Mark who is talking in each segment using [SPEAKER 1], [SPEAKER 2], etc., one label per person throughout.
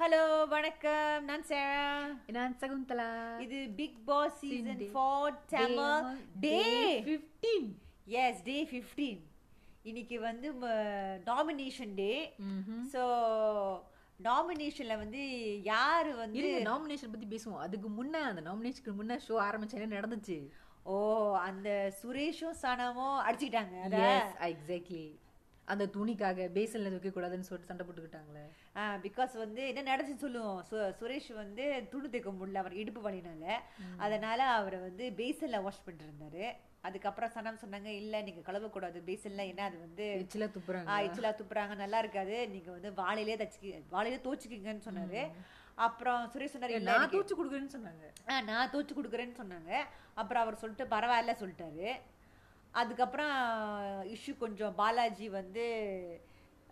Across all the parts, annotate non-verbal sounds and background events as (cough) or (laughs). [SPEAKER 1] Hello வணக்கம் நான் சேரா
[SPEAKER 2] நான் சகுந்தலா
[SPEAKER 1] இது Bigg Boss season
[SPEAKER 2] Season
[SPEAKER 1] 4 Tamil day
[SPEAKER 2] fifteen
[SPEAKER 1] yes day 15 இன்னைக்கு வந்து நாமினேஷன் டே ஸோ நாமினேஷன்ல வந்து யாரு வந்து
[SPEAKER 2] இருங்க நாமினேஷன் பத்தி பேசுவோம் அதுக்கு முன்ன அந்த நாமினேஷனுக்கு முன்ன ஷோ ஆரம்பிச்ச என்ன நடந்துச்சு
[SPEAKER 1] ஓ அந்த சுரேஷும் சனமும் அடிச்சுக்கிட்டாங்க அத?
[SPEAKER 2] எக்ஸாக்ட்லி அந்த துணிக்காக பேசல்ல வைக்க கூடாதுன்னு சொல்லிட்டு சண்டை போட்டுக்கிட்டாங்களே
[SPEAKER 1] பிகாஸ் வந்து என்ன நடந்துச்சுன்னு சொல்லுவோம் சு- சுரேஷ் வந்து துணி தைக்க முடியல அவர் இடுப்பு வலினால அதனால அவர் வந்து பேசல்ல வாஷ் பண்ணிட்டு இருந்தாரு அதுக்கப்புறம் சனம் சொன்னாங்க இல்ல நீங்க கழுவக்கூடாது பேசல்ல ஏன்னா அது வந்து
[SPEAKER 2] எச்சில துப்புறாங்க
[SPEAKER 1] எச்சிலா துப்புறாங்க நல்லா இருக்காது நீங்க வந்து வாழையிலே தச்சு வாழையிலே தோச்சுக்கிங்கன்னு சொன்னாரு அப்புறம் சுரேஷ் சொன்னாரு இல்ல
[SPEAKER 2] நான்
[SPEAKER 1] எனக்கு-
[SPEAKER 2] தூச்சு கொடுக்குறேன்னு சொன்னாங்க
[SPEAKER 1] ஆ, நான் தோச்சு கொடுக்குறேன்னு சொன்னாங்க அப்புறம் அவர் சொல்லிட்டு பரவாயில்ல சொல்லிட்டாரு அதுக்கப்புறம் இஷ்யூ கொஞ்சம் பாலாஜி வந்து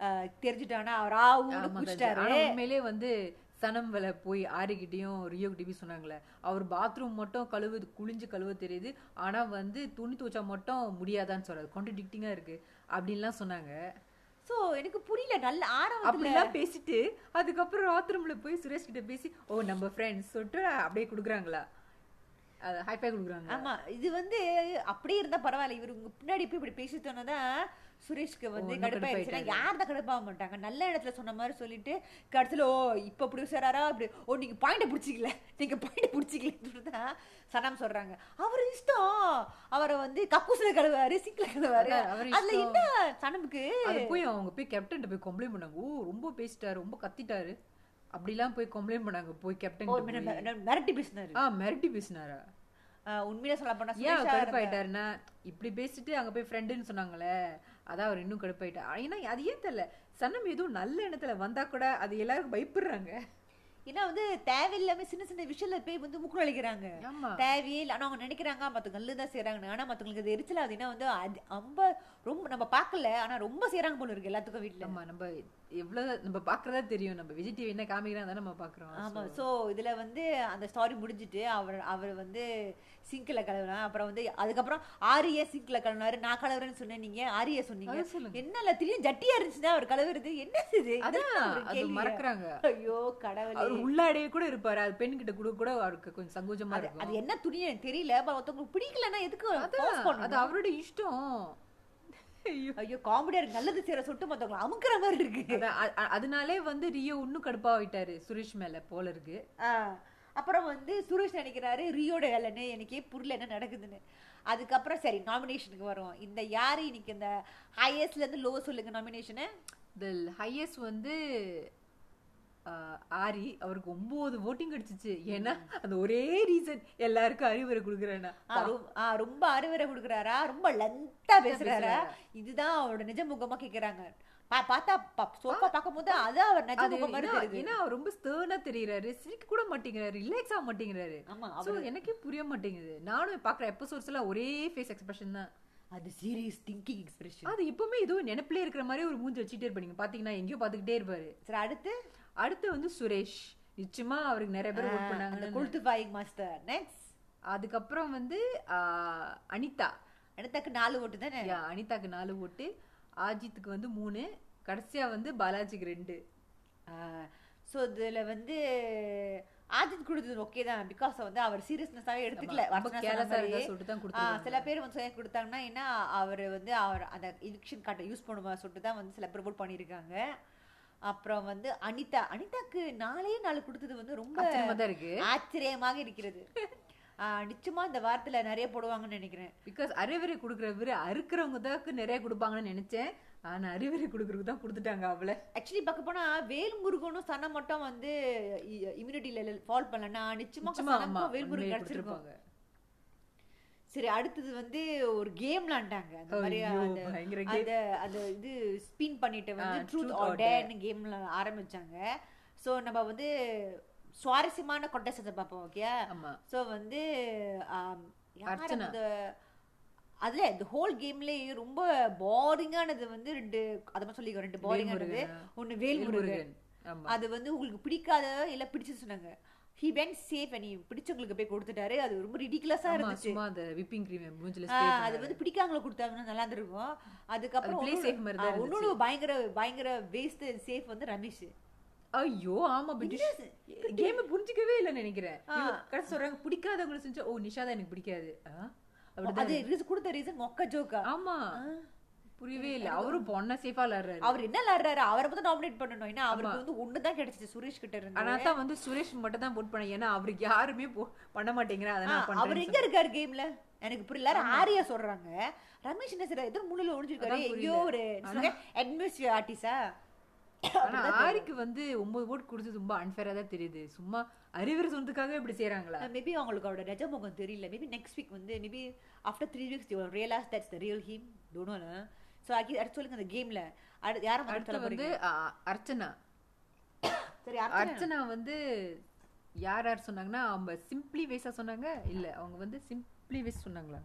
[SPEAKER 1] ஆ, தெரிஞ்சுட்டானா அவர் ஆவுன்னு
[SPEAKER 2] ஆமா, கஜா.
[SPEAKER 1] குடிச்சிட்டாரு
[SPEAKER 2] ஆனா உண்மையிலே வந்து சனம் வில போய் ஆரிக்கிட்டையும் ரியோ கிட்டயும் சொன்னாங்களே அவர் பாத்ரூம் மட்டும் கழுவுது குளிஞ்சு கழுவ தெரியுது ஆனா வந்து துணி துவைச்சா மட்டும் முடியாதான்னு சொல்றாரு கான்ட்ரடிக்டிங்கா இருக்கு அப்படின்லாம் சொன்னாங்க
[SPEAKER 1] சோ எனக்கு புரியல நல்ல ஆரம்பத்துல
[SPEAKER 2] அப்படிலாம் பேசிட்டு அதுக்கப்புறம் பாத்ரூம்ல போய் சுரேஷ் கிட்ட பேசி ஓ நம்ம ஃப்ரெண்ட்ஸ் சொல்லிட்டு அப்படியே குடுக்குறாங்களா ஹைஃபை குடுக்குறாங்க
[SPEAKER 1] ஆமா இது வந்து அப்படியே இருந்தா பரவாயில்ல இவரு உங்க பின்னாடி போய் இப்படி பேசி சொன்னதான் சுரேஷ்க்கு வந்து
[SPEAKER 2] இன்னும்
[SPEAKER 1] கடுப்பாயிருச்சுன்னா யார் தான் கடுப்பாக மாட்டாங்க நல்ல இடத்துல சொன்ன மாதிரி சொல்லிட்டு கடைசியில ஓ இப்ப ப்ரொடியூசராரா இப்படி ஓ நீங்க பாயிண்ட பிடிச்சிக்கல நீங்க பாயிண்ட பிடிச்சிக்கலன்னு தான் சனம் சொல்றாங்க அவர் இஷ்டம் அவரை வந்து கக்கூசில கழுவாரு சிக்கல கழுவாரு
[SPEAKER 2] அதான், அவர்
[SPEAKER 1] அதுல
[SPEAKER 2] இஷ்டம்.
[SPEAKER 1] என்ன சனமுக்கு
[SPEAKER 2] அது போய் அவங்க போய் கேப்டன் போய் கம்ப்ளைண்ட் பண்ணாங்க ஓ ரொம்ப பேசிட்டாரு ரொம்ப கத்திட்டாரு அப்படிலாம் போய் கம்ப்ளைண்ட் பண்ணாங்க போய்
[SPEAKER 1] ஓ, மிர-
[SPEAKER 2] கேப்டன்
[SPEAKER 1] மிர- மிர- மிரட்டி பேசினாரு
[SPEAKER 2] ஆ மிரட்டி பேசினாரா
[SPEAKER 1] ஆஹ் உண்மையில சொல்ல போனா
[SPEAKER 2] ஏன்
[SPEAKER 1] சுரேஷா இருந்தா-
[SPEAKER 2] கடுப்பாயிட்டாருன்னா இப்படி பேசிட்டு அங்க போய் ஃப்ரெண்டுன்னு சொன்னாங்களே அதான் அவர் இன்னும் கடுப்பாயிட்டார் ஏன்னா அது ஏன் தெரியல சனம் எதுவும் நல்ல எண்ணத்துல வந்தா கூட அது எல்லாருக்கும் பயப்படுறாங்க
[SPEAKER 1] ஏன்னா வந்து தேவையில்லாம சின்ன சின்ன விஷயத்துல போய் வந்து முக்குள் அளிக்கிறாங்க
[SPEAKER 2] ஆமா
[SPEAKER 1] தேவையே இல்லை ஆனா அவங்க நினைக்கிறாங்க மற்றவங்க கல்லு தான் செய்கிறாங்க ஆனால் மற்றவங்களுக்கு அது எரிச்சல் ஆகுதுன்னா வந்து அது ரொம்ப ரொம்ப நம்ம பார்க்கல ஆனா ரொம்ப செய்றாங்க போல இருக்கு எல்லாத்துக்கும் வீட்ல
[SPEAKER 2] நம்ம நம்ம எவ்வளவு நம்ம பாக்குறதா தெரியும் நம்ம விஜய் டிவி என்ன காமிக்கிறா அதான் நம்ம பாக்குறோம்
[SPEAKER 1] ஆமா சோ இதுல வந்து அந்த ஸ்டாரி முடிஞ்சிட்டு அவர் அவர் வந்து சிங்க்ல கழுவுனா அப்புறம் வந்து அதுக்கப்புறம் ஆரிய சிங்க்ல கழுவினாரு நான் கழுவுறேன்னு சொன்னேன் நீங்க ஆரிய சொன்னீங்க
[SPEAKER 2] அது சொல்லுங்க
[SPEAKER 1] என்ன எல்லாத்திலயும் ஜட்டியா இருந்துச்சுன்னா அவர் கழுவுறது என்ன இது
[SPEAKER 2] அதான்
[SPEAKER 1] இதெல்லாம் ஒரு
[SPEAKER 2] அது
[SPEAKER 1] கேள்வியா?
[SPEAKER 2] மறக்கறாங்க
[SPEAKER 1] ஐயோ கடவுளே
[SPEAKER 2] அவர் உள்ளாடியே கூட இருப்பாரு அது பெண் கிட்ட கூட கூட அவருக்கு கொஞ்சம் சங்கோஜமா
[SPEAKER 1] அது- அது
[SPEAKER 2] இருக்கும்
[SPEAKER 1] என்ன துணின்னு எனக்கு தெரியல but ஒருத்தவங்களுக்கு பிடிக்கலன்னா எதுக்கு force
[SPEAKER 2] அதான், அது
[SPEAKER 1] பண்ணணும்?
[SPEAKER 2] அவரோட இஷ்டம் ஐயோ
[SPEAKER 1] ஐயோ காமெடியா இருக்கு நல்லது செய்யற சொல்லிட்டு மத்தவங்களை அமுக்குற மாதிரி இருக்கு
[SPEAKER 2] அதான், அ- அ- அதனாலே வந்து ரியோ இன்னும் கடுப்பாவிட்டாரு சுரேஷ் மேல போல இருக்கு
[SPEAKER 1] ஆ. அப்புறம் வந்து சுரேஷ் நினைக்கிறாரு ரியோட வேலைன்னு எனக்கே புரியல என்ன நடக்குதுன்னு அதுக்கப்புறம் சரி நாமினேஷனுக்கு வரும் இந்த யாரு இன்னைக்கு இந்த ஹையஸ்ட்ல இருந்து லோ சொல்லுங்க நாமினேஷனு
[SPEAKER 2] த ஹையஸ்ட் வந்து அஹ், ஆரி அவருக்கு ஒன்பது ஓட்டிங் கிடைச்சிச்சு ஏன்னா அந்த ஒரே ரீசன் எல்லாருக்கும் அறிவுரை கொடுக்குறேன்னா
[SPEAKER 1] ரொம்ப அறுவரை கொடுக்குறாரா ரொம்ப லென்த்தா பேசுறாரா
[SPEAKER 2] பேசுறாரா.
[SPEAKER 1] இதுதான் அவரோட நிஜ முகமா கேக்குறாங்க பா- பார்த்தா சோஃபா பார்க்கும் போது அதான் அவர் நிஜ
[SPEAKER 2] அது
[SPEAKER 1] முகமா
[SPEAKER 2] ஏன்னா-
[SPEAKER 1] இருக்குது
[SPEAKER 2] ஏன்னா அவர் ரொம்ப ஸ்டர்னா தெரியறாரு சிரிக்க கூட மாட்டேங்கிறாரு ரிலாக்ஸ் ஆக மாட்டேங்கிறாரு
[SPEAKER 1] ஆமா
[SPEAKER 2] சோ
[SPEAKER 1] அவர்
[SPEAKER 2] எனக்கே புரிய மாட்டேங்குது நானும் பாக்குற எபிசோட்ஸ் எல்லாம் ஒரே ஃபேஸ் எக்ஸ்பிரஷன் தான்
[SPEAKER 1] அது சீரியஸ் திங்கிங் எக்ஸ்பிரஷன்
[SPEAKER 2] அது எப்பவுமே ஏதோ நினைப்பிலே இருக்கிற மாதிரி ஒரு மூஞ்சி வச்சுட்டே இருப்பாரு நீங்க பாத்தீங்கன்னா எங்கேயோ பாத்துக்கிட்டே இருப்பாரு
[SPEAKER 1] சரி அடுத்து
[SPEAKER 2] அடுத்து வந்து சுரேஷ் நிச்சயமா அவருக்கு நிறைய பேர் ஓட்
[SPEAKER 1] அந்த
[SPEAKER 2] பண்ணாங்க
[SPEAKER 1] கொழுத்து பாயிங் மாஸ்டர் நெக்ஸ்ட்
[SPEAKER 2] அதுக்கப்புறம் வந்து ஆஹ், அனிதா
[SPEAKER 1] அடுத்தக்கு நாலு ஓட்டு தானே
[SPEAKER 2] யா, அனிதாக்கு நாலு ஓட்டு ஆஜித்துக்கு வந்து மூணு கடைசியா வந்து பாலாஜிக்கு ரெண்டு
[SPEAKER 1] ஸோ இதில் வந்து ஆஜித் கொடுத்தது ஓகே தான் பிகாஸ் வந்து அவர் சீரியஸ்னஸாகவே எடுத்துக்கல
[SPEAKER 2] ரொம்ப
[SPEAKER 1] வர்ஷனா சொன்ன
[SPEAKER 2] கேலஸா இருந்தா
[SPEAKER 1] மாதிரி.
[SPEAKER 2] சொல்லிட்டு தான்
[SPEAKER 1] ஆ,
[SPEAKER 2] கொடுத்தாங்க
[SPEAKER 1] சில பேர் வந்து சொல்லி கொடுத்தாங்கன்னா என்ன அவர் வந்து அவர் அந்த இலெக்ஷன் கார்டை யூஸ் பண்ணுவா சொல்லிட்டு தான் வந்து சில பேர் vote பண்ணியிருக்காங்க அப்புறம் வந்து அனிதா அனிதாக்கு நாலே நாலு கொடுத்தது வந்து ரொம்ப
[SPEAKER 2] ஆச்சரியமா தான் இருக்கு
[SPEAKER 1] ஆச்சரியமாக இருக்கிறது ஆ, நிச்சயமா இந்த வாரத்துல நிறைய போடுவாங்கன்னு நினைக்கிறேன்
[SPEAKER 2] பிகாஸ் அறிவுரை கொடுக்குறவரு அறுக்கிறவங்க தான் நிறைய கொடுப்பாங்கன்னு நினைச்சேன் ஆனா அறிவுரை கொடுக்கறதுக்கு தான் கொடுத்துட்டாங்க அவள
[SPEAKER 1] ஆக்சுவலி பார்க்க போனா வேல்முருகனும் சனம் மட்டும் வந்து இம்யூனிட்டியில ஃபால் பண்ணலன்னா நிச்சயமா
[SPEAKER 2] நிச்சயமா ஆமா
[SPEAKER 1] சனமுக்கும்
[SPEAKER 2] உண்மையிலே
[SPEAKER 1] வேல்முருகன் கிடைச்சிருக்கும்
[SPEAKER 2] கொடுத்திருப்பாங்க.
[SPEAKER 1] சரி அடுத்தது வந்து ஒரு கேம் விளாண்டாங்க அந்த மாதிரி
[SPEAKER 2] ஐயோ,
[SPEAKER 1] அந்த
[SPEAKER 2] பயங்கர game.
[SPEAKER 1] அந்த அந்த இது ஸ்பின் பண்ணிட்டு வந்து
[SPEAKER 2] ஆ,
[SPEAKER 1] ட்ரூத்
[SPEAKER 2] Truth or
[SPEAKER 1] ஆர் டேர்னு கேம்ல ஆரம்பிச்சாங்க ஸோ நம்ம வந்து சுவாரஸ்யமான கொட்டேஷத்தை பார்ப்போம் ஓகே
[SPEAKER 2] ஆமா
[SPEAKER 1] ஸோ வந்து ஆம், யார்
[SPEAKER 2] அர்ச்சனா.
[SPEAKER 1] அந்த அதுல இந்த ஹோல் கேம்லயே ரொம்ப போரிங்கானது வந்து ரெண்டு அதை மட்டும் சொல்லிக்கோ ரெண்டு போரிங்கானது
[SPEAKER 2] வேல்முருகன்.
[SPEAKER 1] ஒன்று வேல்முருகன்
[SPEAKER 2] வேல்முருகன். ஆமா
[SPEAKER 1] அது வந்து உங்களுக்கு பிடிக்காத இல்ல பிடிச்சு சொன்னாங்க ஹி வென் சேஃப் நீ பிடிச்சவங்களுக்கு போய் கொடுத்துட்டாரு அது ரொம்ப ரிடிகுலஸா
[SPEAKER 2] ஆமா,
[SPEAKER 1] இருந்துச்சு
[SPEAKER 2] சும்மா அந்த விப்பிங் கிரீம் மூஞ்சில
[SPEAKER 1] ஆ,
[SPEAKER 2] spray
[SPEAKER 1] அது
[SPEAKER 2] பண்ணாரு.
[SPEAKER 1] வந்து பிடிக்காங்கள கொடுத்தாங்கன்னா நல்லா இருந்திருக்கும்
[SPEAKER 2] அது
[SPEAKER 1] அதுக்கப்புறம்
[SPEAKER 2] play safe மாதிரி தான்
[SPEAKER 1] ஒன்னொன்று பயங்கர பயங்கர வேஸ்ட் சேஃப் வந்து ரமேஷ்
[SPEAKER 2] ஐயோ ஆமா பிரிட்டிஷ் கேம் புரிஞ்சுக்கவே இல்லைன்னு நினைக்கிறேன் இவங்க கடைசி சொல்றாங்க பிடிக்காதவங்களை செஞ்சா ஓ நிஷா தான் எனக்கு பிடிக்காது ஆ? அப்படிதான்
[SPEAKER 1] அது ரீஸ் கொடுத்த ரீசன் மொக்க ஜோக்கா
[SPEAKER 2] ஆமா புரியவே இல்ல அவரும் பொண்ணை சேஃபா விளையாடுறாரு
[SPEAKER 1] அவர் என்ன விளையாடுறாரு அவரை மட்டும் நாமினேட் பண்ணணும் ஏன்னா அவருக்கு வந்து ஒண்ணுதான் கிடைச்சிச்சு சுரேஷ் கிட்ட இருந்து
[SPEAKER 2] ஆனா தான் வந்து சுரேஷ் மட்டும் தான் போட் பண்ண ஏன்னா அவருக்கு யாருமே போ- பண்ண மாட்டேங்கிறேன் அதை நான்
[SPEAKER 1] அவர்
[SPEAKER 2] பண்றேன்னு
[SPEAKER 1] எங்க இருக்காரு கேம்ல எனக்கு புரியல எல்லாரும் ஆரியா சொல்றாங்க ரமேஷ் என்ன சார் எதிர முழுல ஒளிஞ்சிருக்காரு
[SPEAKER 2] அதான்
[SPEAKER 1] எங்கேயோ ஒரு அட்மினிஸ்ட்ரேட்டிவ் ஆர்டிஸா
[SPEAKER 2] ஆனா ஆரிக்கு வந்து ஒன்பது ஓட் கொடுத்தது ரொம்ப அன்ஃபேரா தான் தெரியுது சும்மா அறிவுரை சொன்னதுக்காக இப்படி செய்யறாங்களா
[SPEAKER 1] மேபி அவங்களுக்கு அவரோட நிஜ முகம் தெரியல மேபி நெக்ஸ்ட் வீக் வந்து maybe after three weeks you realise that's the real him டோனோல ஸோ அக்கி அடுத்து சொல்லுங்க அந்த கேம்ல அடுத்து யாரை மட்டும்
[SPEAKER 2] அடுத்து
[SPEAKER 1] சொல்ல போறீங்க
[SPEAKER 2] வந்து ஆ, அர்ச்சனா
[SPEAKER 1] சரி அடுத்து
[SPEAKER 2] அர்ச்சனா வந்து யார் யார் சொன்னாங்கன்னா அவங்க சிம்பிளி வேஸா சொன்னாங்க இல்ல அவங்க வந்து சிம்பிளி வேஸ் சொன்னாங்களா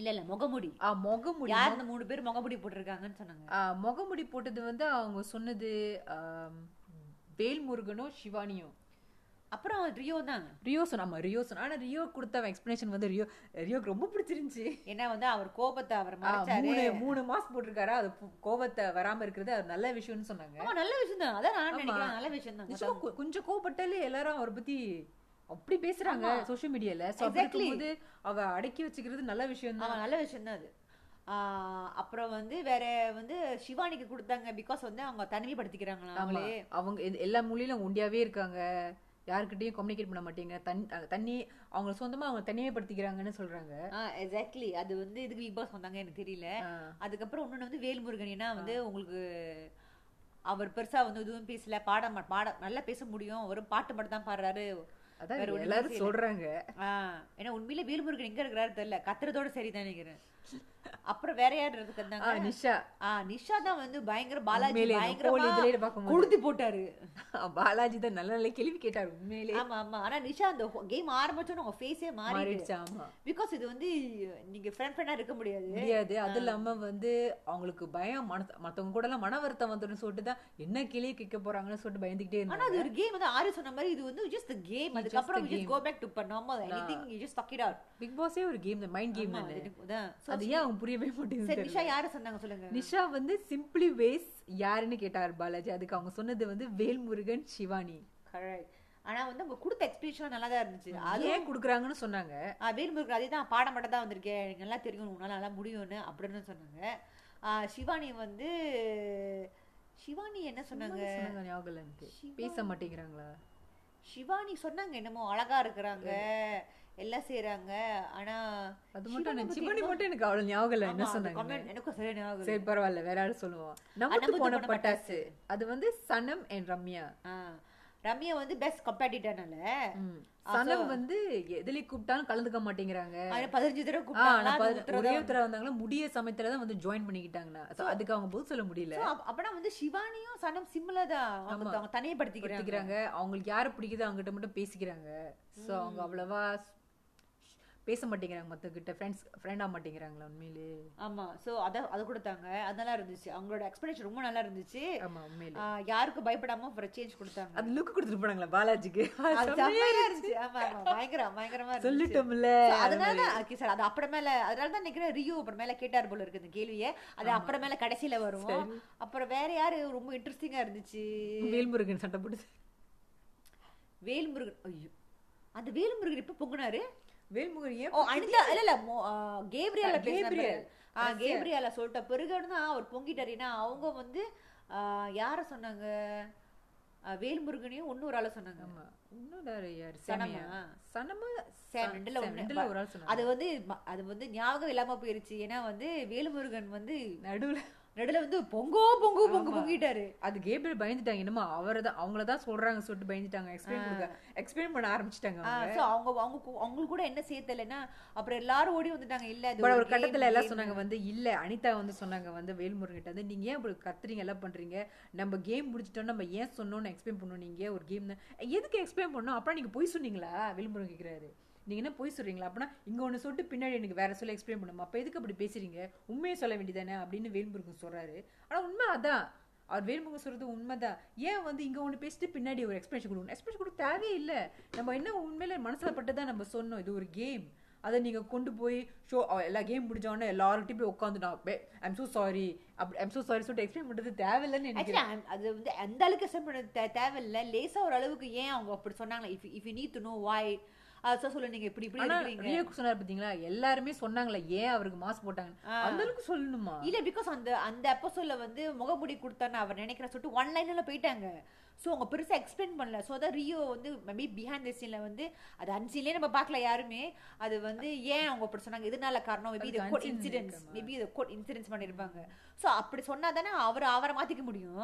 [SPEAKER 1] இல்ல இல்ல முகமுடி
[SPEAKER 2] ஆ முகமுடி
[SPEAKER 1] யார் இந்த மூணு பேர் முகமுடி போட்டிருக்காங்கன்னு சொன்னாங்க
[SPEAKER 2] ஆ, முகமுடி போட்டது வந்து அவங்க சொன்னது ஆம், வேல்முருகனும் சிவானியும்
[SPEAKER 1] அப்புறம் ரியோ தான்
[SPEAKER 2] ரியோ சொன்னாமா ரியோ சொன்னா ஆனா ரியோ கொடுத்த எக்ஸ்பிளனேஷன் வந்து ரியோ ரியோக்கு ரொம்ப பிடிச்சிருந்துச்சு
[SPEAKER 1] ஏன்னா வந்து அவர் கோபத்தை அவர்
[SPEAKER 2] ஆ,
[SPEAKER 1] மறைச்சாரு
[SPEAKER 2] மூணு மூணு மாஸ்க் போட்டிருக்காரா அது பு- கோவத்தை வராம இருக்கிறது அது நல்ல விஷயம்னு சொன்னாங்க
[SPEAKER 1] ஆமா நல்ல விஷயம் தான் அதான் நான்
[SPEAKER 2] ஆமா.
[SPEAKER 1] நினைக்கிறேன் நல்ல விஷயம் தான்
[SPEAKER 2] நிஜமா கொ- கொஞ்சம் கோவப்பட்டாலே எல்லாரும் அவரை பத்தி அப்படி பேசுறாங்க சோஷியல் மீடியால சோ
[SPEAKER 1] Exactly.
[SPEAKER 2] இருக்கும்போது அவ அடக்கி வச்சுக்கிறது நல்ல விஷயம்
[SPEAKER 1] ஆமா நல்ல விஷயம் தான் அது ஆஹ் அப்புறம் வந்து வேற வந்து சிவானிக்கு கொடுத்தாங்க பிகாஸ் வந்து அவங்க தனிமைப்படுத்திக்கிறாங்களா
[SPEAKER 2] ஆமா
[SPEAKER 1] அவங்களே
[SPEAKER 2] அவங்க எது- எல்லா மொழியிலும் ஒண்டியாவே இருக்காங்க யார்கிட்டயும் கம்யூனிகேட் பண்ண மாட்டேங்க தன் அஹ் தண்ணி அவங்க சொந்தமா அவங்க தனிமைப்படுத்திக்கிறாங்கன்னு சொல்றாங்க
[SPEAKER 1] எக்ஸாக்ட்லி அது வந்து இதுக்கு பிக் பாஸ் வந்தாங்க எனக்கு தெரியல
[SPEAKER 2] ஆ.
[SPEAKER 1] அதுக்கப்புறம் இன்னொன்று வந்து வேல்முருகன் ஏன்னா வந்து உங்களுக்கு அவர் பெருசா வந்து எதுவும் பேசல பாட மா- பாட நல்லா பேச முடியும் ஒரு பாட்டு மட்டும் தான் பாடுறாரு வேற
[SPEAKER 2] அதான்
[SPEAKER 1] ஒண்ணுமே
[SPEAKER 2] எல்லாரும்
[SPEAKER 1] செய்யல.
[SPEAKER 2] சொல்றாங்க
[SPEAKER 1] ஆஹ் ஏன்னா உண்மையில வேல்முருகன் எங்க இருக்கிறாரு தெரியல கத்துறதோட சரிதான் நினைக்கிறேன் அப்புறம் வேற யார்
[SPEAKER 2] ஆ,
[SPEAKER 1] இருந்தாங்க
[SPEAKER 2] நிஷா
[SPEAKER 1] ஆஹ் நிஷா தான் வந்து பயங்கர பாலாஜி
[SPEAKER 2] உண்மையிலே இந்த போலி இதுல
[SPEAKER 1] பயங்கரமா
[SPEAKER 2] பார்க்கும்போது.
[SPEAKER 1] கொளுத்தி போட்டாரு
[SPEAKER 2] பாலாஜி தான் நல்ல நல்ல கேள்வி கேட்டாரு உண்மையிலே
[SPEAKER 1] ஆமா ஆமா ஆனா நிஷா அந்த கேம் ஆரம்பிச்சோன்னு உங்க ஃபேஸே மாறிடுச்சு
[SPEAKER 2] மாறிடுச்சு ஆமா
[SPEAKER 1] பிகாஸ் இது வந்து நீங்க ஃப்ரெண்ட் ஃப்ரெண்டா இருக்க முடியாது
[SPEAKER 2] முடியாது அது இல்லாம வந்து அவங்களுக்கு பயம் மனசு மத்தவங்க கூட எல்லாம் மன வருத்தம் வந்துடும் சொல்லிட்டு தான் என்ன கிளியை கேட்க போறாங்கன்னு சொல்லிட்டு பயந்துகிட்டே
[SPEAKER 1] ஆனா
[SPEAKER 2] இருந்தாங்க
[SPEAKER 1] அது ஒரு கேம் வந்து ஆரி சொன்ன மாதிரி இது வந்து ஜஸ்ட் கேம் அதுக்கப்புறம் ஜஸ்ட் கோ பேக் டு பண்ணாம anything you just duck it out
[SPEAKER 2] Bigg பாஸே ஒரு கேம் தான் மைண்ட் கேம் தானே அது
[SPEAKER 1] அது
[SPEAKER 2] ஏன் அவங்க புரியவே மாட்டேங்குது
[SPEAKER 1] சரி
[SPEAKER 2] தெரியல.
[SPEAKER 1] நிஷா யார சொன்னாங்க சொல்லுங்க
[SPEAKER 2] நிஷா வந்து சிம்பிளி வேஸ் யாருன்னு கேட்டார் பாலாஜி அதுக்கு அவங்க சொன்னது வந்து வேல்முருகன் சிவானி
[SPEAKER 1] கரெக்ட் ஆனா வந்து அவங்க கொடுத்த எக்ஸ்பிரஷன் நல்லா தான் இருந்துச்சு அது
[SPEAKER 2] அது ஏன் குடுக்குறாங்கன்னு சொன்னாங்க
[SPEAKER 1] வேல்முருகன் அதே தான் பாடம் மட்டும் தான் வந்திருக்கேன் எனக்கு நல்லா தெரியும் உன்னால நல்லா முடியும்னு அப்படின்னு சொன்னாங்க ஆ, சிவானி வந்து சிவானி என்ன சொன்னாங்க
[SPEAKER 2] சொன்னாங்க ஞாபகம் இல்ல எனக்கு பேச மாட்டேங்கிறாங்களா
[SPEAKER 1] சிவானி சொன்னாங்க என்னமோ அழகா இருக்கிறாங்க எல்லாம் செய்யறாங்க ஆனா
[SPEAKER 2] அது மட்டும் எனக்கு சிவானி மட்டும் எனக்கு அவ்வளவு ஞாபகம் இல்ல என்ன சொன்னாங்க
[SPEAKER 1] கமெண்ட் எனக்கும் சரியா ஞாபகம் இல்ல.
[SPEAKER 2] சரி பரவாயில்ல வேற யாரும் சொல்லுவோம்
[SPEAKER 1] நமக்கு
[SPEAKER 2] நமக்கு போன
[SPEAKER 1] போன
[SPEAKER 2] பட்டாசு அது வந்து சனம் அண்ட் ரம்யா
[SPEAKER 1] ஆ, ரம்யா வந்து பெஸ்ட் கம்பேட்டிட்டனால
[SPEAKER 2] ம். சனம் வந்து எதுலயும் கூப்பிட்டாலும் கலந்துக்க மாட்டேங்கிறாங்க
[SPEAKER 1] அது பதினஞ்சு தடவை
[SPEAKER 2] ஆ,
[SPEAKER 1] கூப்பிட்டாங்களா,
[SPEAKER 2] நான்
[SPEAKER 1] அது
[SPEAKER 2] பாதி-
[SPEAKER 1] உத்தரவு
[SPEAKER 2] ஒரே
[SPEAKER 1] தான்
[SPEAKER 2] ஒருத்தர வந்தாங்களா முடிய சமயத்துல தான் வந்து ஜாயின் பண்ணிக்கிட்டாங்கண்ணா So, அதுக்கு அவங்க பதில் சொல்ல முடியல
[SPEAKER 1] So, அப்ப- அப்பனா வந்து சிவானியும் சனம் சிம்லா தான் அவங்க அவங்க தனியப்படுத்திக்கிறாங்க
[SPEAKER 2] படுத்திக்கிறாங்க அவங்களுக்கு யாரை பிடிக்குதோ அவங்ககிட்ட மட்டும் பேசிக்கிறாங்க சோ அவங்க அவ்வளவா ஸ்- பேச மாட்டேங்கிறாங்க மத்தவங்கிட்ட ஃப்ரெண்ட்ஸ் ஃப்ரெண்டா மாட்டேங்கிறாங்களா உண்மையிலே
[SPEAKER 1] ஆமா சோ அத அது கொடுத்தாங்க அது நல்லா இருந்துச்சு அவங்களோட எக்ஸ்பிளேஷன் ரொம்ப நல்லா இருந்துச்சு
[SPEAKER 2] ஆமா உண்மையிலே
[SPEAKER 1] ஆ, யாருக்கும் பயப்படாம அப்புறம் சேஞ்ச் கொடுத்தாங்க
[SPEAKER 2] அது லுக் கொடுத்துட்டு போனாங்களா பாலாஜிக்கு அது
[SPEAKER 1] அது
[SPEAKER 2] செம்மையா
[SPEAKER 1] செம்மையா இருந்துச்சு ஆமா ஆமா பயங்கரம் பயங்கரமா இருந்துச்சு
[SPEAKER 2] சொல்லிட்டோம்ல
[SPEAKER 1] So, அதனால ஓகே சார் அது அப்புறமேல அதனால தான் நினைக்கிறேன் ரியோ அப்புறமேல கேட்டார் போல இருக்கு இந்த கேள்வியை அது அப்புறமேல கடைசியில வருவோம் அப்புறம் வேற யாரு ரொம்ப இன்ட்ரெஸ்டிங்கா இருந்துச்சு
[SPEAKER 2] வேல்முருகன் சண்டை போட்டு
[SPEAKER 1] வேல்முருகன் ஐயோ அந்த வேல்முருகன் இப்ப பொங்குனாரு
[SPEAKER 2] வேல்முருகன் ஏன்
[SPEAKER 1] ஓ அனிதா இல்ல இல்ல மோ- ஆ, கேப்ரியல
[SPEAKER 2] ஆ,
[SPEAKER 1] கேப்ரியல்
[SPEAKER 2] கேப்ரியல்.
[SPEAKER 1] ஆ கேப்ரியல சொல்லிட்ட பிறகுன்னு அவர் பொங்கிட்டாரு ஏன்னா அவங்க வந்து ஆ, யார சொன்னாங்க ஆ, வேல்முருகனையும் இன்னொரு ஆள சொன்னாங்க
[SPEAKER 2] ஆமா இன்னும் வேற யாரு
[SPEAKER 1] சனமா?
[SPEAKER 2] சனமா சனமா
[SPEAKER 1] சேம், ரெண்டுல
[SPEAKER 2] ச-
[SPEAKER 1] ஒண்ணு.
[SPEAKER 2] ரெண்டுல ஒரு ஆள் சொன்னாங்க
[SPEAKER 1] அது வந்து ம- அது வந்து ஞாபகம் இல்லாம போயிருச்சு ஏன்னா வந்து வேல்முருகன் வந்து
[SPEAKER 2] நடுவுல
[SPEAKER 1] நடுல வந்து பொங்கோ பொங்கோ பொங்கு பொங்கிட்டாரு
[SPEAKER 2] அது கேபிள் பயந்துட்டாங்க என்னமா அவரை தான் அவங்கள தான் சொல்றாங்க சொல்லிட்டு பயந்துட்டாங்க எக்ஸ்பிளைன் கொடுக்க எக்ஸ்பிளைன் பண்ண ஆரம்பிச்சிட்டாங்க
[SPEAKER 1] ஆ, so அவங்க அவங்க கு- அவங்களுக்கு கூட என்ன சேர்த்தலைன்னா அப்புறம் எல்லாரும் ஓடி வந்துட்டாங்க இல்ல அது
[SPEAKER 2] பட்
[SPEAKER 1] ஒரு
[SPEAKER 2] ஒரு கட்டத்துல
[SPEAKER 1] game,
[SPEAKER 2] எல்லாம்
[SPEAKER 1] game.
[SPEAKER 2] சொன்னாங்க வந்து இல்ல அனிதா வந்து சொன்னாங்க வந்து வேல்முருகிட்ட வந்து நீங்க ஏன் இப்படி கத்துறீங்க எல்லாம் பண்றீங்க நம்ம கேம் முடிச்சிட்டோம் நம்ம ஏன் சொன்னோம்னு எக்ஸ்பிளைன் பண்ணோம் நீங்க ஒரு கேம் எதுக்கு எக்ஸ்பிளைன் பண்ணோம் அப்புறம் நீங்க போய் சொன்னீங்களா வேல்முருகன் கேக்குறாரு நீங்க என்ன போய் சொல்றீங்களா அப்படின்னா இங்க ஒண்ணு சொல்லிட்டு பின்னாடி எனக்கு வேற சொல்ல எக்ஸ்பிளைன் பண்ணுமா அப்ப எதுக்கு அப்படி பேசுறீங்க உண்மையை சொல்ல வேண்டியதானே அப்படின்னு வேல்முருகன் சொல்றாரு ஆனா உண்மை அதான் அவர் வேல்முருகன் சொல்றது உண்மைதான் ஏன் வந்து இங்க ஒண்ணு பேசிட்டு பின்னாடி ஒரு எக்ஸ்பிளேஷன் கொடுக்கணும் எக்ஸ்பிளேஷன் கொடுக்க தேவையே இல்ல நம்ம என்ன உண்மையில மனசுல பட்டு தான் நம்ம சொன்னோம் இது ஒரு கேம் அதை நீங்கள் கொண்டு போய் ஷோ எல்லா கேம் முடிஞ்சோடனே எல்லார்கிட்டையும் போய் உட்காந்து நான் ஐம் ஸோ சாரி அப்படி ஐம் ஸோ சாரி சொல்லிட்டு எக்ஸ்பிளைன் பண்ணுறது தேவையில்லைன்னு நினைக்கிறேன்
[SPEAKER 1] ஆக்சுவலி அது வந்து அந்த அளவுக்கு சென்ட் பண்ண தே தேவையில்ல லேசாக ஒரு அளவுக்கு ஏன் அவங்க அப்படி சொன்னாங்க if if you need to know why அதான் சொல்ல நீங்க இப்படி இப்படி
[SPEAKER 2] ஆனா
[SPEAKER 1] இருக்கிறீங்க
[SPEAKER 2] ரியோ சொன்னார் பாத்தீங்களா எல்லாருமே சொன்னாங்களே ஏன் அவருக்கு மாஸ்க் போட்டாங்க
[SPEAKER 1] ஆ.
[SPEAKER 2] அந்த அளவுக்கு சொல்லணுமா
[SPEAKER 1] இல்ல பிகாஸ் அந்த அந்த எபிசோட்ல வந்து முகமுடி கொடுத்தான்னு அவர் நினைக்கிற சொல்லிட்டு ஒன் லைன்ல போயிட்டாங்க ஸோ அவங்க பெருசா எக்ஸ்பிளைன் பண்ணல ஸோ தான் ரியோ வந்து மேபி பிஹைண்ட் த சீன்ல வந்து அது அன்சீன்லேயே நம்ம பார்க்கல யாருமே அது வந்து ஏன் அவங்க அப்படி சொன்னாங்க இதனால காரணம் மேபி இது
[SPEAKER 2] அதுக்கு
[SPEAKER 1] கோட்
[SPEAKER 2] unseen
[SPEAKER 1] இன்சிடென்ட்ஸ்
[SPEAKER 2] இருக்கமா?
[SPEAKER 1] மேபி இது கோட் இன்சிடென்ட்ஸ் பண்ணியிருப்பாங்க ஸோ அப்படி சொன்னா தானே அவர் அவரை மாத்திக்க முடியும்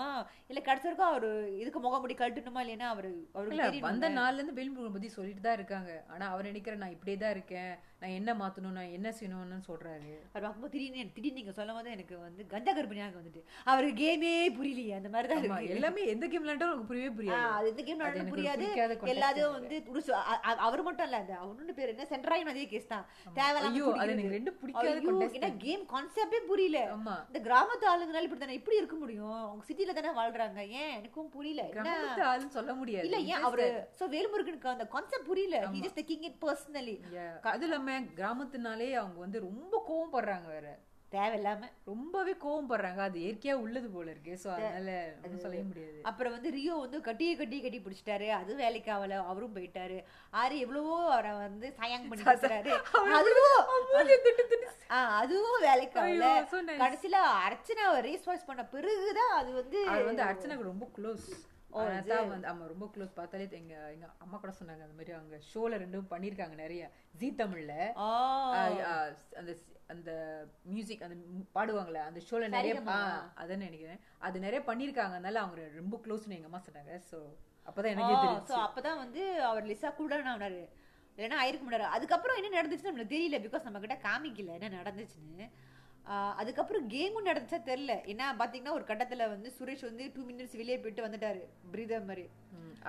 [SPEAKER 1] இல்ல கடைசி வரைக்கும் அவர் இதுக்கு முகமுடி கழட்டணுமா இல்லைன்னா அவர்
[SPEAKER 2] இல்ல
[SPEAKER 1] அவருக்கு
[SPEAKER 2] வந்த
[SPEAKER 1] தெரியும்
[SPEAKER 2] நாள்ல இருந்து வெளிமுருகன் பத்தி சொல்லிட்டு தான் இருக்காங்க ஆனா அவர் நினைக்கிற நான் இப்படியே தான் இருக்கேன் நான் என்ன மாத்தணும் நான் என்ன செய்யணும்னு சொல்றாரு
[SPEAKER 1] அவர் பார்க்கும்போது திடீர்னு திடீர்னு நீங்க சொல்லும் போது எனக்கு வந்து கஞ்சா கர்ப்பிணியாக வந்துட்டு அவருக்கு கேமே புரியலையே அந்த மாதிரி தான் (laughs)
[SPEAKER 2] ஆமா,
[SPEAKER 1] இருக்கு
[SPEAKER 2] எல்லாமே எந்த கேம் விளையாண்டாலும் உங்களுக்கு புரியவே புரியாது
[SPEAKER 1] ஆஹ் அது இந்த game
[SPEAKER 2] அது
[SPEAKER 1] நடந்து
[SPEAKER 2] எனக்கு
[SPEAKER 1] புரியாது
[SPEAKER 2] பிடிக்காத concept
[SPEAKER 1] எல்லாத்தையும்
[SPEAKER 2] அது.
[SPEAKER 1] வந்து துடிச்சு அ- அ- அவர் மட்டும் இல்ல அந்த அவனு பேர் என்ன சென்ட்ராயும் அதே கேஸ் தான் தேவையில்லாம
[SPEAKER 2] ஐயோ அது எனக்கு ரெண்டு பிடிக்காத contestant.
[SPEAKER 1] கேம் கான்செப்டே புரியல
[SPEAKER 2] ஆமா
[SPEAKER 1] இந்த கிராமத்து ஆளுங்கனால இப்படி தானே இப்படி இருக்க முடியும் அவங்க சிட்டில தானே வாழ்றாங்க ஏன் எனக்கும் புரியல என்ன
[SPEAKER 2] கிராமத்து ஆளுன்னு சொல்ல முடியாது
[SPEAKER 1] இல்ல ஏன்
[SPEAKER 2] Just
[SPEAKER 1] அவரு சோ வேல்முருகனுக்கு அந்த கான்செப்ட் புரியல he just king it personally
[SPEAKER 2] yeah. அது இல்லாம கிராமத்துனாலே அவங்க வந்து ரொம்ப கோவம் படுறாங்க வேற
[SPEAKER 1] தேவையில்லாம
[SPEAKER 2] ரொம்பவே கோவம் படுறாங்க அது இயற்கையா உள்ளது போல இருக்கு சோ அதனால ஒண்ணும் சொல்ல முடியாது
[SPEAKER 1] அப்புறம் வந்து ரியோ வந்து கட்டியே கட்டி கட்டி பிடிச்சிட்டாரு அது வேலைக்கு ஆகல அவரும் போயிட்டாரு ஆறு எவ்வளவோ அவரை வந்து சாயாங் பண்ணி
[SPEAKER 2] (laughs)
[SPEAKER 1] பேசுறாரு அதுவும் ஆ, அதுவும் வேலைக்கு ஆகல
[SPEAKER 2] ஐயோ, so nice.
[SPEAKER 1] கடைசியில அர்ச்சனா ரேஸ் வாஷ் பண்ண பிறகுதான் அது வந்து
[SPEAKER 2] அது வந்து அர்ச்சனாக்கு ரொம்ப க்ளோஸ் தான் வந்து ஆமா ரொம்ப க்ளோஸ் பார்த்தாலே எங்க எங்க அம்மா கூட சொன்னாங்க அந்த மாதிரி அவங்க ஷோல ரெண்டும் பண்ணிருக்காங்க நிறைய ஜீ தமிழ்ல
[SPEAKER 1] ஆ,
[SPEAKER 2] ஆஹ், ஆஹ், அந்த அந்த மியூசிக் அந்த மு- பாடுவாங்கல்ல அந்த ஷோல நிறைய ஆஹ், அதான் நினைக்கிறேன் அது நிறைய பண்ணிருக்காங்க அதனால அவங்க ரொம்ப க்ளோஸ்னு எங்க அம்மா சொன்னாங்க சோ அப்பதான்
[SPEAKER 1] ஆ,
[SPEAKER 2] எனக்கே
[SPEAKER 1] so
[SPEAKER 2] தெரியும்
[SPEAKER 1] அப்பதான் வந்து அவர் லிசா கூட ஆனாரு இல்லைன்னா ஆயிருக்க முடியாது அதுக்கப்புறம் என்ன நடந்துச்சுன்னு நம்மளுக்கு தெரியல பிகாஸ் நம்ம கிட்ட காமிக்கல என்ன நடந்துச்சுன்னு ஆ, அதுக்கப்புறம் கேமும் நடந்துச்சா தெரியல ஏன்னா பாத்தீங்கன்னா ஒரு கட்டத்துல வந்து சுரேஷ் வந்து டூ மினிட்ஸ் வெளியே போயிட்டு வந்துட்டாரு பிரீதர் மாதிரி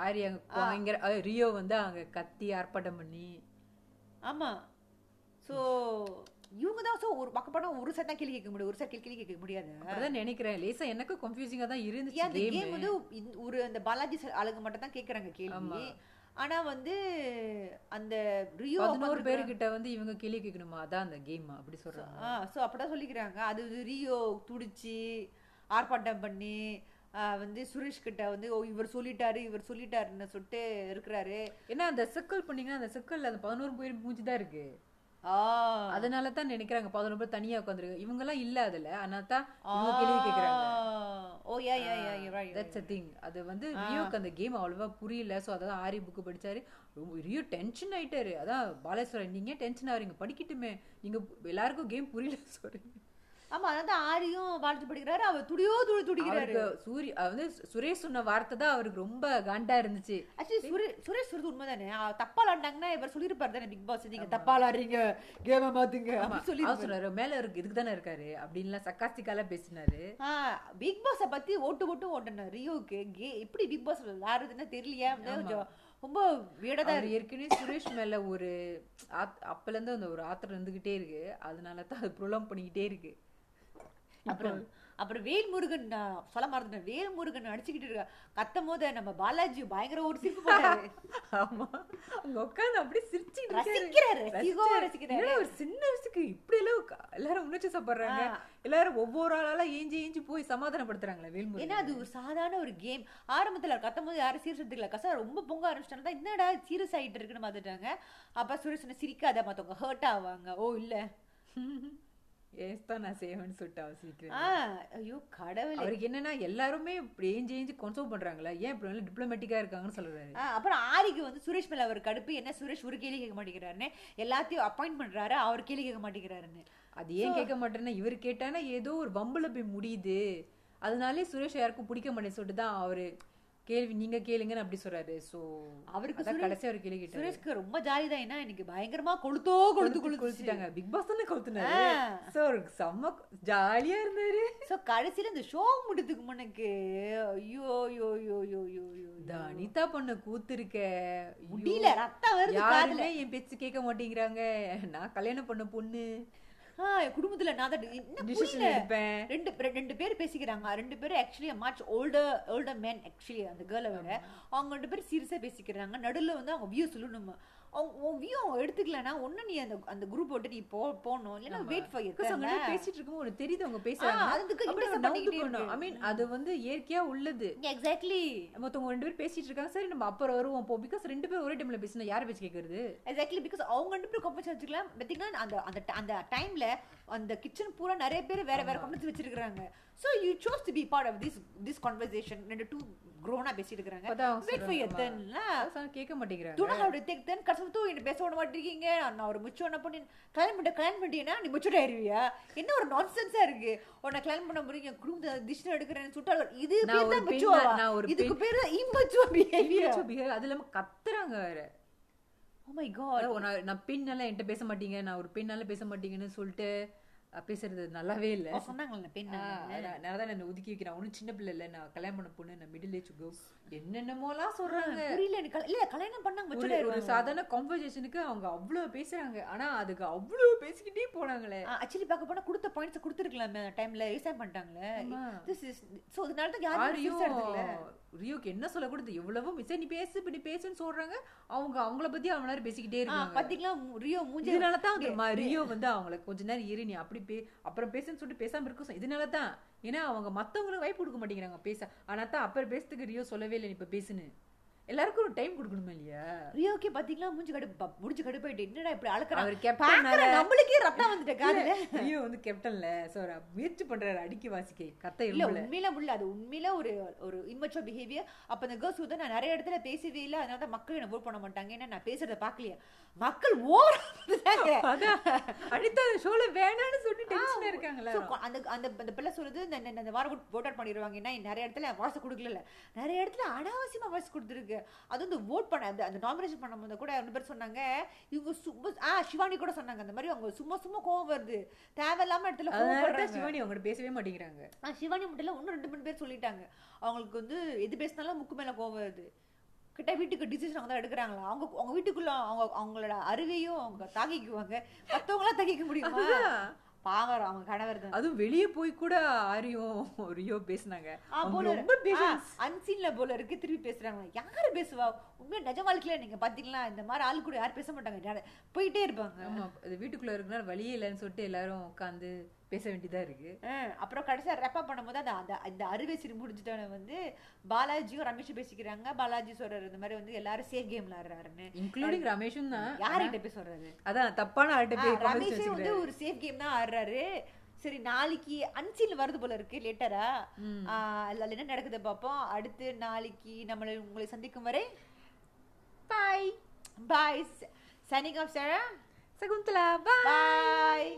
[SPEAKER 2] ஆரியா பயங்கர ஆஹ், ரியோ வந்து அங்க கத்தி ஆர்ப்பாட்டம் பண்ணி
[SPEAKER 1] ஆமா சோ இவங்க தான் சோ ஒரு பக்கப்படம் ஒரு set தான் கிளி கேட்க முடியும் ஒரு set கிளி கிளி கேட்க முடியாது
[SPEAKER 2] அப்படிதான் நினைக்கிறேன் லேசா எனக்கு கன்ஃபியூசிங்கா தான்
[SPEAKER 1] ஏன் அந்த
[SPEAKER 2] இருந்துச்சு
[SPEAKER 1] கேம்
[SPEAKER 2] கேம்
[SPEAKER 1] வந்து இந்த- ஒரு அந்த பாலாஜி சார் ஆளுங்க மட்டும் தான் கேக்குறாங்க
[SPEAKER 2] ஆமா.
[SPEAKER 1] கேள்வி ஆனா வந்து அந்த ரியோ
[SPEAKER 2] பதினோரு பேர்கிட்ட வந்து இவங்க கேள்வி கேட்கணுமா அதான் அந்த கேம் அப்படி சொல்றாங்க
[SPEAKER 1] ஸோ அப்படிதான் சொல்லிக்கிறாங்க அது வந்து ரியோ துடிச்சு ஆர்ப்பாட்டம் பண்ணி ஆ, வந்து சுரேஷ் கிட்ட வந்து ஓ இவர் சொல்லிட்டாரு இவர் சொல்லிட்டாருன்னு சொல்லிட்டு இருக்கிறாரு
[SPEAKER 2] ஏன்னா அந்த சிக்கல் பண்ணீங்கன்னா அந்த சிக்கல் அந்த பதினோரு பேர் மூஞ்சி தான் இருக்கு
[SPEAKER 1] ஆ
[SPEAKER 2] அதனால தான் நினைக்கிறாங்க பதினோரு பேர் தனியா உட்காந்துருக்கு இவங்க எல்லாம் இல்ல அதுல ஆனா தான் இவங்க கேள்வி கேக்குறாங்க
[SPEAKER 1] oh yeah yeah yeah you're right, you're right.
[SPEAKER 2] That's a thing அது வந்து ரியோக்கு அந்த கேம் அவ்வளவா புரியல ஸோ அதான் ஆரி புக்கு படிச்சாரு ரொம்ப ரியோ டென்ஷன் ஆயிட்டாரு அதான் பாலேஸ்வரன் நீங்க டென்ஷன் ஆகுறீங்க படிக்கட்டுமே நீங்க எல்லாருக்கும் கேம் புரியல (laughs) சொல்றீங்க
[SPEAKER 1] ஆமா அதான் ஆரியும் வாழ்த்து படிக்கிறாரு அவர் துடியோ துடி துடிக்கிறாரு
[SPEAKER 2] அவருக்கு சூரிய அது வந்து சுரேஷ் சொன்ன வார்த்தை தான் அவருக்கு ரொம்ப காண்டா இருந்துச்சு
[SPEAKER 1] ஆக்சுவலி சுரேஷ் சுரேஷ் சொல்றது உண்மைதானே அவர் தப்பா விளாண்டாங்கன்னா இவர் சொல்லியிருப்பாரு தானே பிக் பாஸ் நீங்க தப்பா விளாடுறீங்க கேம மாத்துங்க
[SPEAKER 2] ஆமா,
[SPEAKER 1] அப்படின்னு
[SPEAKER 2] அவர்
[SPEAKER 1] சொல்லி
[SPEAKER 2] சொன்னாரு மேல இருக்கு இதுக்கு தானே இருக்காரு அப்படின்லாம் சக்காஸ்டிக்கால பேசினாரு
[SPEAKER 1] பிக் பாஸ பத்தி ஓட்டு ஓட்டு ஓட்டுன ரியோவுக்கு கே எப்படி பிக் பாஸ் விளாடுறதுன்னா தெரியலையா வந்து கொஞ்சம் ரொம்ப weird ஆ தான்
[SPEAKER 2] அவர் ஏற்கனவே சுரேஷ் மேல ஒரு ஆத்- அப்பல இருந்து அந்த ஒரு ஆத்திரம் இருந்துகிட்டே இருக்கு அதனால தான் அது ப்ரொலாம் பண்ணிக்கிட்டே இருக்கு
[SPEAKER 1] அப்புறம் அப்புறம் வேல்முருகன் நான் சொல்ல மறந்துட்டேன் வேல்முருகன் அடிச்சுக்கிட்டு இருக்க கத்தும் போது நம்ம பாலாஜி பயங்கர ஒரு சிரிப்பு
[SPEAKER 2] (laughs)
[SPEAKER 1] போட்டாரு.
[SPEAKER 2] ஆமா அங்க உட்கார்ந்து அப்படியே சிரிச்சுட்டு
[SPEAKER 1] ரசிக்கிறாரு ரசிகோ
[SPEAKER 2] ரசிக்கிறாரு.
[SPEAKER 1] ரசிக்கிறாரு
[SPEAKER 2] என்னடா ஒரு சின்ன வயசுக்கு இப்படி எல்லாம் உக்கா- எல்லாரும் உணர்ச்சி சாப்பிடுறாங்க எல்லாரும் ஒவ்வொரு ஆளால ஏஞ்சி ஏஞ்சி போய் சமாதானப்படுத்துறாங்களே வேல்முருகன்
[SPEAKER 1] ஏன்னா
[SPEAKER 2] (laughs)
[SPEAKER 1] அது ஒரு சாதாரண ஒரு கேம் ஆரம்பத்துல கத்தும் போது யாரும் சீரியஸ் எடுத்துக்கல கசா ரொம்ப பொங்க ஆரம்பிச்சிட்டாங்க என்னடா சீரியஸ் ஆயிட்டு இருக்குன்னு பார்த்துட்டாங்க அப்ப சுரேஷ் சொன்ன சிரிக்காத மத்தவங்க ஹர்ட் ஆவாங்க ஓ இல்ல
[SPEAKER 2] ஏஸ் தான் நான் சேவன் சுட்டு அவசிக்கிறேன்
[SPEAKER 1] ஆ ஐயோ கடவுளே
[SPEAKER 2] அவருக்கு என்னன்னா எல்லாருமே இப்படி ஏஞ்சி ஏஞ்சி கன்சோல் பண்றாங்களா ஏன் இப்படி டிப்ளமேட்டிக்கா இருக்காங்கன்னு சொல்றாரு
[SPEAKER 1] ஆ, அப்புறம் ஆரிக்கு வந்து சுரேஷ் மேல அவர் கடுப்பு என்ன சுரேஷ் ஒரு கேள்வி கேட்க மாட்டேங்கிறாருன்னு எல்லாத்தையும் அப்பாயிண்ட் பண்றாரு அவர் கேள்வி கேட்க மாட்டேங்கிறாருன்னு
[SPEAKER 2] அது ஏன் கேட்க மாட்டேன்னா இவர் கேட்டானா ஏதோ ஒரு பம்புல போய் முடியுது அதனாலே சுரேஷ் யாருக்கும் பிடிக்க மாட்டேன்னு சொல்லிட்டு தான் அவரு கேள்வி நீங்க கேளுங்கன்னு அப்படி சொல்றாரு சோ
[SPEAKER 1] அவருக்கு
[SPEAKER 2] அதான்
[SPEAKER 1] சுரேஷ்-
[SPEAKER 2] கடைசி அவர் கேள்வி கேட்டாரு
[SPEAKER 1] சுரேஷ்க்கு ரொம்ப ஜாலி தான் ஏன்னா எனக்கு பயங்கரமா கொளுத்தோ கொளுத்து கொளுத்து
[SPEAKER 2] கொளுத்திட்டாங்க பிக் பாஸ் தானே கொளுத்துனாரு
[SPEAKER 1] ஆ.
[SPEAKER 2] சோ அவருக்கு செம்ம ஜாலியா இருந்தாரு
[SPEAKER 1] சோ கடைசியில இந்த ஷோ முடியதுக்கு முன்னக்கு ஐயோ ஐயோ ஐயோ ஐயோ ஐயோ ஐயோ
[SPEAKER 2] இந்த அனிதா பண்ண கூத்து இருக்க ஐயோ,
[SPEAKER 1] முடியல ரத்தம் வருது காதுல
[SPEAKER 2] யாருமே என் பேச்சு கேட்க மாட்டேங்கிறாங்க நான் கல்யாணம் பண்ண பொண்ணு
[SPEAKER 1] ஆ, குடும்பத்துல நான் தான் என்ன
[SPEAKER 2] டிசிஷன்
[SPEAKER 1] புரியல
[SPEAKER 2] எடுப்பேன்
[SPEAKER 1] ரெண்டு பேர் ரெண்டு பேர் பேசிக்கிறாங்க ரெண்டு பேரும் actually much older older man actually அந்த கேர்ளை விட அவங்க ரெண்டு பேரும் சீரியஸாக பேசிக்கிறாங்க நடுவில் வந்து அவங்க வியூ சொல்லணுமா அவங்க- உன் வியூ அவங்க எடுத்துக்கலன்னா ஒண்ணு நீ அந்த அந்த குரூப் விட்டு நீ போ போகணும் இல்லைன்னா
[SPEAKER 2] ஆமா.
[SPEAKER 1] வெயிட் ஃபார்
[SPEAKER 2] Because அவங்க ரெண்டு பேரும் பேசிட்டு இருக்கும்போது ஒரு தெரியுது அவங்க பேசுறாங்க
[SPEAKER 1] அதுக்கு
[SPEAKER 2] அப்புறம்
[SPEAKER 1] interrupt
[SPEAKER 2] நம்ம
[SPEAKER 1] பண்ணிக்கிட்டே
[SPEAKER 2] நவுந்துக்கணும். I mean, அது வந்து இயற்கையா உள்ளது
[SPEAKER 1] எக்ஸாக்ட்லி
[SPEAKER 2] மொத்தவங்க ரெண்டு பேரும் பேசிட்டு இருக்காங்க சரி நம்ம அப்புறம் வருவோம் போ பிகாஸ் ரெண்டு பேரும் ஒரே டைம்ல பேசினா யார் பேச்சு கேட்கறது
[SPEAKER 1] எக்ஸாக்ட்லி பிகாஸ் அவங்க ரெண்டு பேரும் கம்பெனி வச்சுக்கலாம் பார்த்தீங்கன்னா அந்த அந்த ti- அந்த டைம்ல அந்த கிச்சன் பூரா நிறைய பேர் வேற வேற கம்பெனி வச்சிருக்காங்க so you chose to be part of this this conversation ரெண்டு டூ க்ரோனா பேசிட்டு இருக்காங்க
[SPEAKER 2] அப்பதான் அவங்க
[SPEAKER 1] வெயிட் ஃபார்
[SPEAKER 2] சொல்றாங்க, ஆமா.
[SPEAKER 1] எத்தன்ல
[SPEAKER 2] அதான் கேட்க மாட்டேங்கிறாங்க
[SPEAKER 1] துணா அவருடைய தேக்கு தான் கடைசி தூ என்ன பேச விட மாட்டிருக்கீங்க நான் ஒரு முச்சோட பண்ணி கல்யாணம் பண்ணிட்டு கல்யாணம் பண்ணிட்டீங்கன்னா நீ முச்சோட ஆயிருவியா என்ன ஒரு நான்சென்ஸா இருக்கு உன்னை கல்யாணம் பண்ண முடியும் குடும்ப டிசிஷன் எடுக்கிறேன்னு சொல்லிட்டு இது
[SPEAKER 2] நான்
[SPEAKER 1] பேர்
[SPEAKER 2] ஒரு
[SPEAKER 1] தான்
[SPEAKER 2] பெண்,
[SPEAKER 1] முச்சோவா
[SPEAKER 2] நான் ஒரு
[SPEAKER 1] இதுக்கு பேர் தான் இம்மச்சுவா பிஹேவியர்
[SPEAKER 2] Immature behavior. அது இல்லாம கத்துறாங்க வேற
[SPEAKER 1] ஓ மை
[SPEAKER 2] (laughs)
[SPEAKER 1] காட்
[SPEAKER 2] அதாவது நான் நான் பெண்ணால என்கிட்ட பேச மாட்டீங்க நான் ஒரு பெண்ணால பேச மாட்டீங்கன்னு சொல்லிட்டு அஹ், பேசுறது நல்லாவே இல்ல
[SPEAKER 1] சொன்னாங்களே பெண்
[SPEAKER 2] நான் தான் என்ன ஒதுக்கி வைக்கிறேன் ஒன்னும் சின்ன பிள்ளை இல்ல நான் கல்யாணம் பண்ண பொண்ணு நான் மிடில் ஏஜ் கேர்ள்ஸ் என்னென்னமோலாம் சொல்றாங்க
[SPEAKER 1] புரியல எனக்கு கல்- இல்ல கல்யாணம் பண்ணாங்க
[SPEAKER 2] ஒரு
[SPEAKER 1] முச்சோட
[SPEAKER 2] ஒரு சாதாரண கான்வர்சேஷனுக்கு அவங்க அவ்வளவு பேசுறாங்க ஆனா அதுக்கு அவ்வளவு பேசிக்கிட்டே போனாங்களே
[SPEAKER 1] ஆக்சுவலி பார்க்க போனா கொடுத்த பாயிண்ட்ஸ் கொடுத்துருக்கலாமே டைம்ல ரிசைன் பண்ணிட்டாங்களே
[SPEAKER 2] ஆமா.
[SPEAKER 1] திஸ் இஸ் சோ இதனால தான் யாரும்
[SPEAKER 2] ஆரியும்
[SPEAKER 1] எடுக்கல
[SPEAKER 2] ரியோக்கு என்ன சொல்ல கொடுத்து எவ்வளவோ மிஸ் நீ பேசு இப்படி பேசுன்னு சொல்றாங்க அவங்க அவங்கள பத்தி அவ்வளவு நேரம்
[SPEAKER 1] ஆ,
[SPEAKER 2] பேசிக்கிட்டே இருக்காங்க
[SPEAKER 1] பாத்தீங்களா மு- ரியோ மூஞ்சி
[SPEAKER 2] இதனால தான் தெரியுமா ரியோ வந்து அவங்கள கொஞ்ச நேரம் இரு நீ அப்படி பே அப்புறம் பேசுன்னு சொல்லிட்டு பேசாம இருக்க சொ- இதனால தான் ஏன்னா அவங்க மத்தவங்களுக்கு வாய்ப்பு கொடுக்க மாட்டேங்கிறாங்க பேச ஆனா தான் அப்புறம் பேசுறதுக்கு ரியோ சொல்லவே இல்லை நீ இப்ப பேசுன்னு எல்லாருக்கும் ஒரு டைம் கொடுக்கணுமா இல்லையா
[SPEAKER 1] ரியோக்கே பாத்தீங்களா மூஞ்சி கடுப்பு முடிஞ்சு கடுப்பாயிட்டு என்னடா இப்படி அழுக்கிறான்
[SPEAKER 2] அவர்
[SPEAKER 1] பாக்குற
[SPEAKER 2] கேப்டனால
[SPEAKER 1] நம்மளுக்கே ரத்தம் வந்துட்ட காதுல
[SPEAKER 2] ரியோ வந்து கேப்டன்ல சோ முயற்சி பண்றாரு அடிக்கி வாசிக்க கத்த
[SPEAKER 1] இல்ல
[SPEAKER 2] இல்ல
[SPEAKER 1] உண்மையில உள்ள அது உண்மையில ஒரு ஒரு இம்மச்சோ பிஹேவியர் அப்ப அந்த கேர்ள்ஸ் வந்து நான் நிறைய இடத்துல பேசவே இல்லை அதனால தான் மக்கள் என்ன ஓட் பண்ண மாட்டாங்க ஏன்னா நான் பேசுறத பாக்கலையே மக்கள்
[SPEAKER 2] (laughs)
[SPEAKER 1] ஓவராங்க
[SPEAKER 2] அதான் அடுத்த ஷோல வேணாம்னு சொல்லி டென்ஷனா இருக்காங்களா
[SPEAKER 1] அந்த அந்த அந்த பிள்ளை சொல்லுது இந்த- இந்த- இந்த வாரம் ஓட் ஓட்டர் பண்ணிடுவாங்க ஏன்னா நிறைய இடத்துல வாய்ஸ் கொடுக்கல நிறைய இடத்துல அனாவசியமா வாய்ஸ் கொடுத்துருக்கு அது வந்து ஓட் பண்ண அந்த அந்த நாமினேஷன் பண்ணும்போது கூட ரெண்டு பேர் சொன்னாங்க இவங்க சும்மா ஆ சிவானி கூட சொன்னாங்க அந்த மாதிரி அவங்க சும்மா சும்மா கோவம் வருது தேவையில்லாம இடத்துல கோவம்
[SPEAKER 2] அதனால தான்
[SPEAKER 1] படுறாங்க
[SPEAKER 2] சிவானி அவங்ககிட்ட பேசவே மாட்டேங்கிறாங்க
[SPEAKER 1] ஆ சிவானி மட்டும் இல்லை இன்னும் ரெண்டு மூணு பேர் சொல்லிட்டாங்க அவங்களுக்கு வந்து எது பேசினாலும் முக்கு மேலே கோவம் வருது கிட்ட வீட்டுக்கு டிசிஷன் அவங்க தான் எடுக்கிறாங்களா அவங்க அவங்க வீட்டுக்குள்ள அவங்க அவங்களோட அருவையும் அவங்க தாக்கிக்குவாங்க மற்றவங்களா தாக்கிக்க
[SPEAKER 2] (laughs)
[SPEAKER 1] முடியுமா பாவம் அவங்க கணவர் தான்
[SPEAKER 2] அதுவும் வெளியே போய் கூட ஆரியும் ரியோ பேசுனாங்க
[SPEAKER 1] ஆ,
[SPEAKER 2] அவங்க
[SPEAKER 1] போல
[SPEAKER 2] ரொம்ப பேச
[SPEAKER 1] அன்சீன்ல போல இருக்கு திருப்பி பேசுறாங்க யாரு பேசுவா உண்மையா நிஜ வாழ்க்கையில நீங்க பாத்தீங்களா இந்த மாதிரி ஆள் கூட யாரும் பேச மாட்டாங்க யாரு- போயிட்டே இருப்பாங்க
[SPEAKER 2] ஆமா அது வீட்டுக்குள்ள இருக்கனால வழியே இல்லைன்னு சொல்லிட்டு எல்லாரும் உட்காந்து பேச வேண்டியதா இருக்கு
[SPEAKER 1] ஆ, அப்புறம் கடைசியா ரெப்பா பண்ணும்போது அந்த அந்த இந்த அறுவை சிறு முடிஞ்சிட்டவன வந்து பாலாஜியும் ரமேஷும் பேசிக்கிறாங்க பாலாஜி சொல்றாரு இந்த மாதிரி வந்து எல்லாரும் சேஃப் கேம்ல ஆடுறாருன்னு
[SPEAKER 2] இன்க்ளூடிங் ரமேஷும் தான்
[SPEAKER 1] யார்கிட்ட போய் சொல்றாரு
[SPEAKER 2] அதான் தப்பான ஆள்கிட்ட
[SPEAKER 1] ஆ,
[SPEAKER 2] போய் comments
[SPEAKER 1] ரமேஷே வந்து
[SPEAKER 2] வச்சுக்கிறாரு.
[SPEAKER 1] ஒரு சேஃப் கேம் தான் ஆடுறாரு சரி நாளைக்கு அன்சீல் வருது போல இருக்கு லேட்டரா
[SPEAKER 2] ம்.
[SPEAKER 1] அதில் என்ன நடக்குது பார்ப்போம் அடுத்து நாளைக்கு நம்மளை உங்களை சந்திக்கும் வரை பாய் பாய் சனிகம் சார்
[SPEAKER 2] சகுந்தலா பா
[SPEAKER 1] பாய்